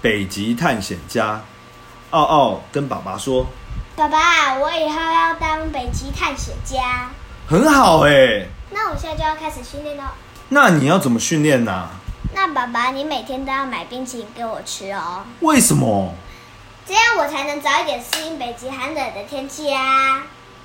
北极探险家》。奥奥跟爸爸说爸爸，我以后要当北极探险家。：“很好哎、那我现在就要开始训练喽。那你要怎么训练呢、啊那爸爸，你每天都要买冰淇淋给我吃哦，为什么？这样我才能早一点适应北极寒冷的天气啊。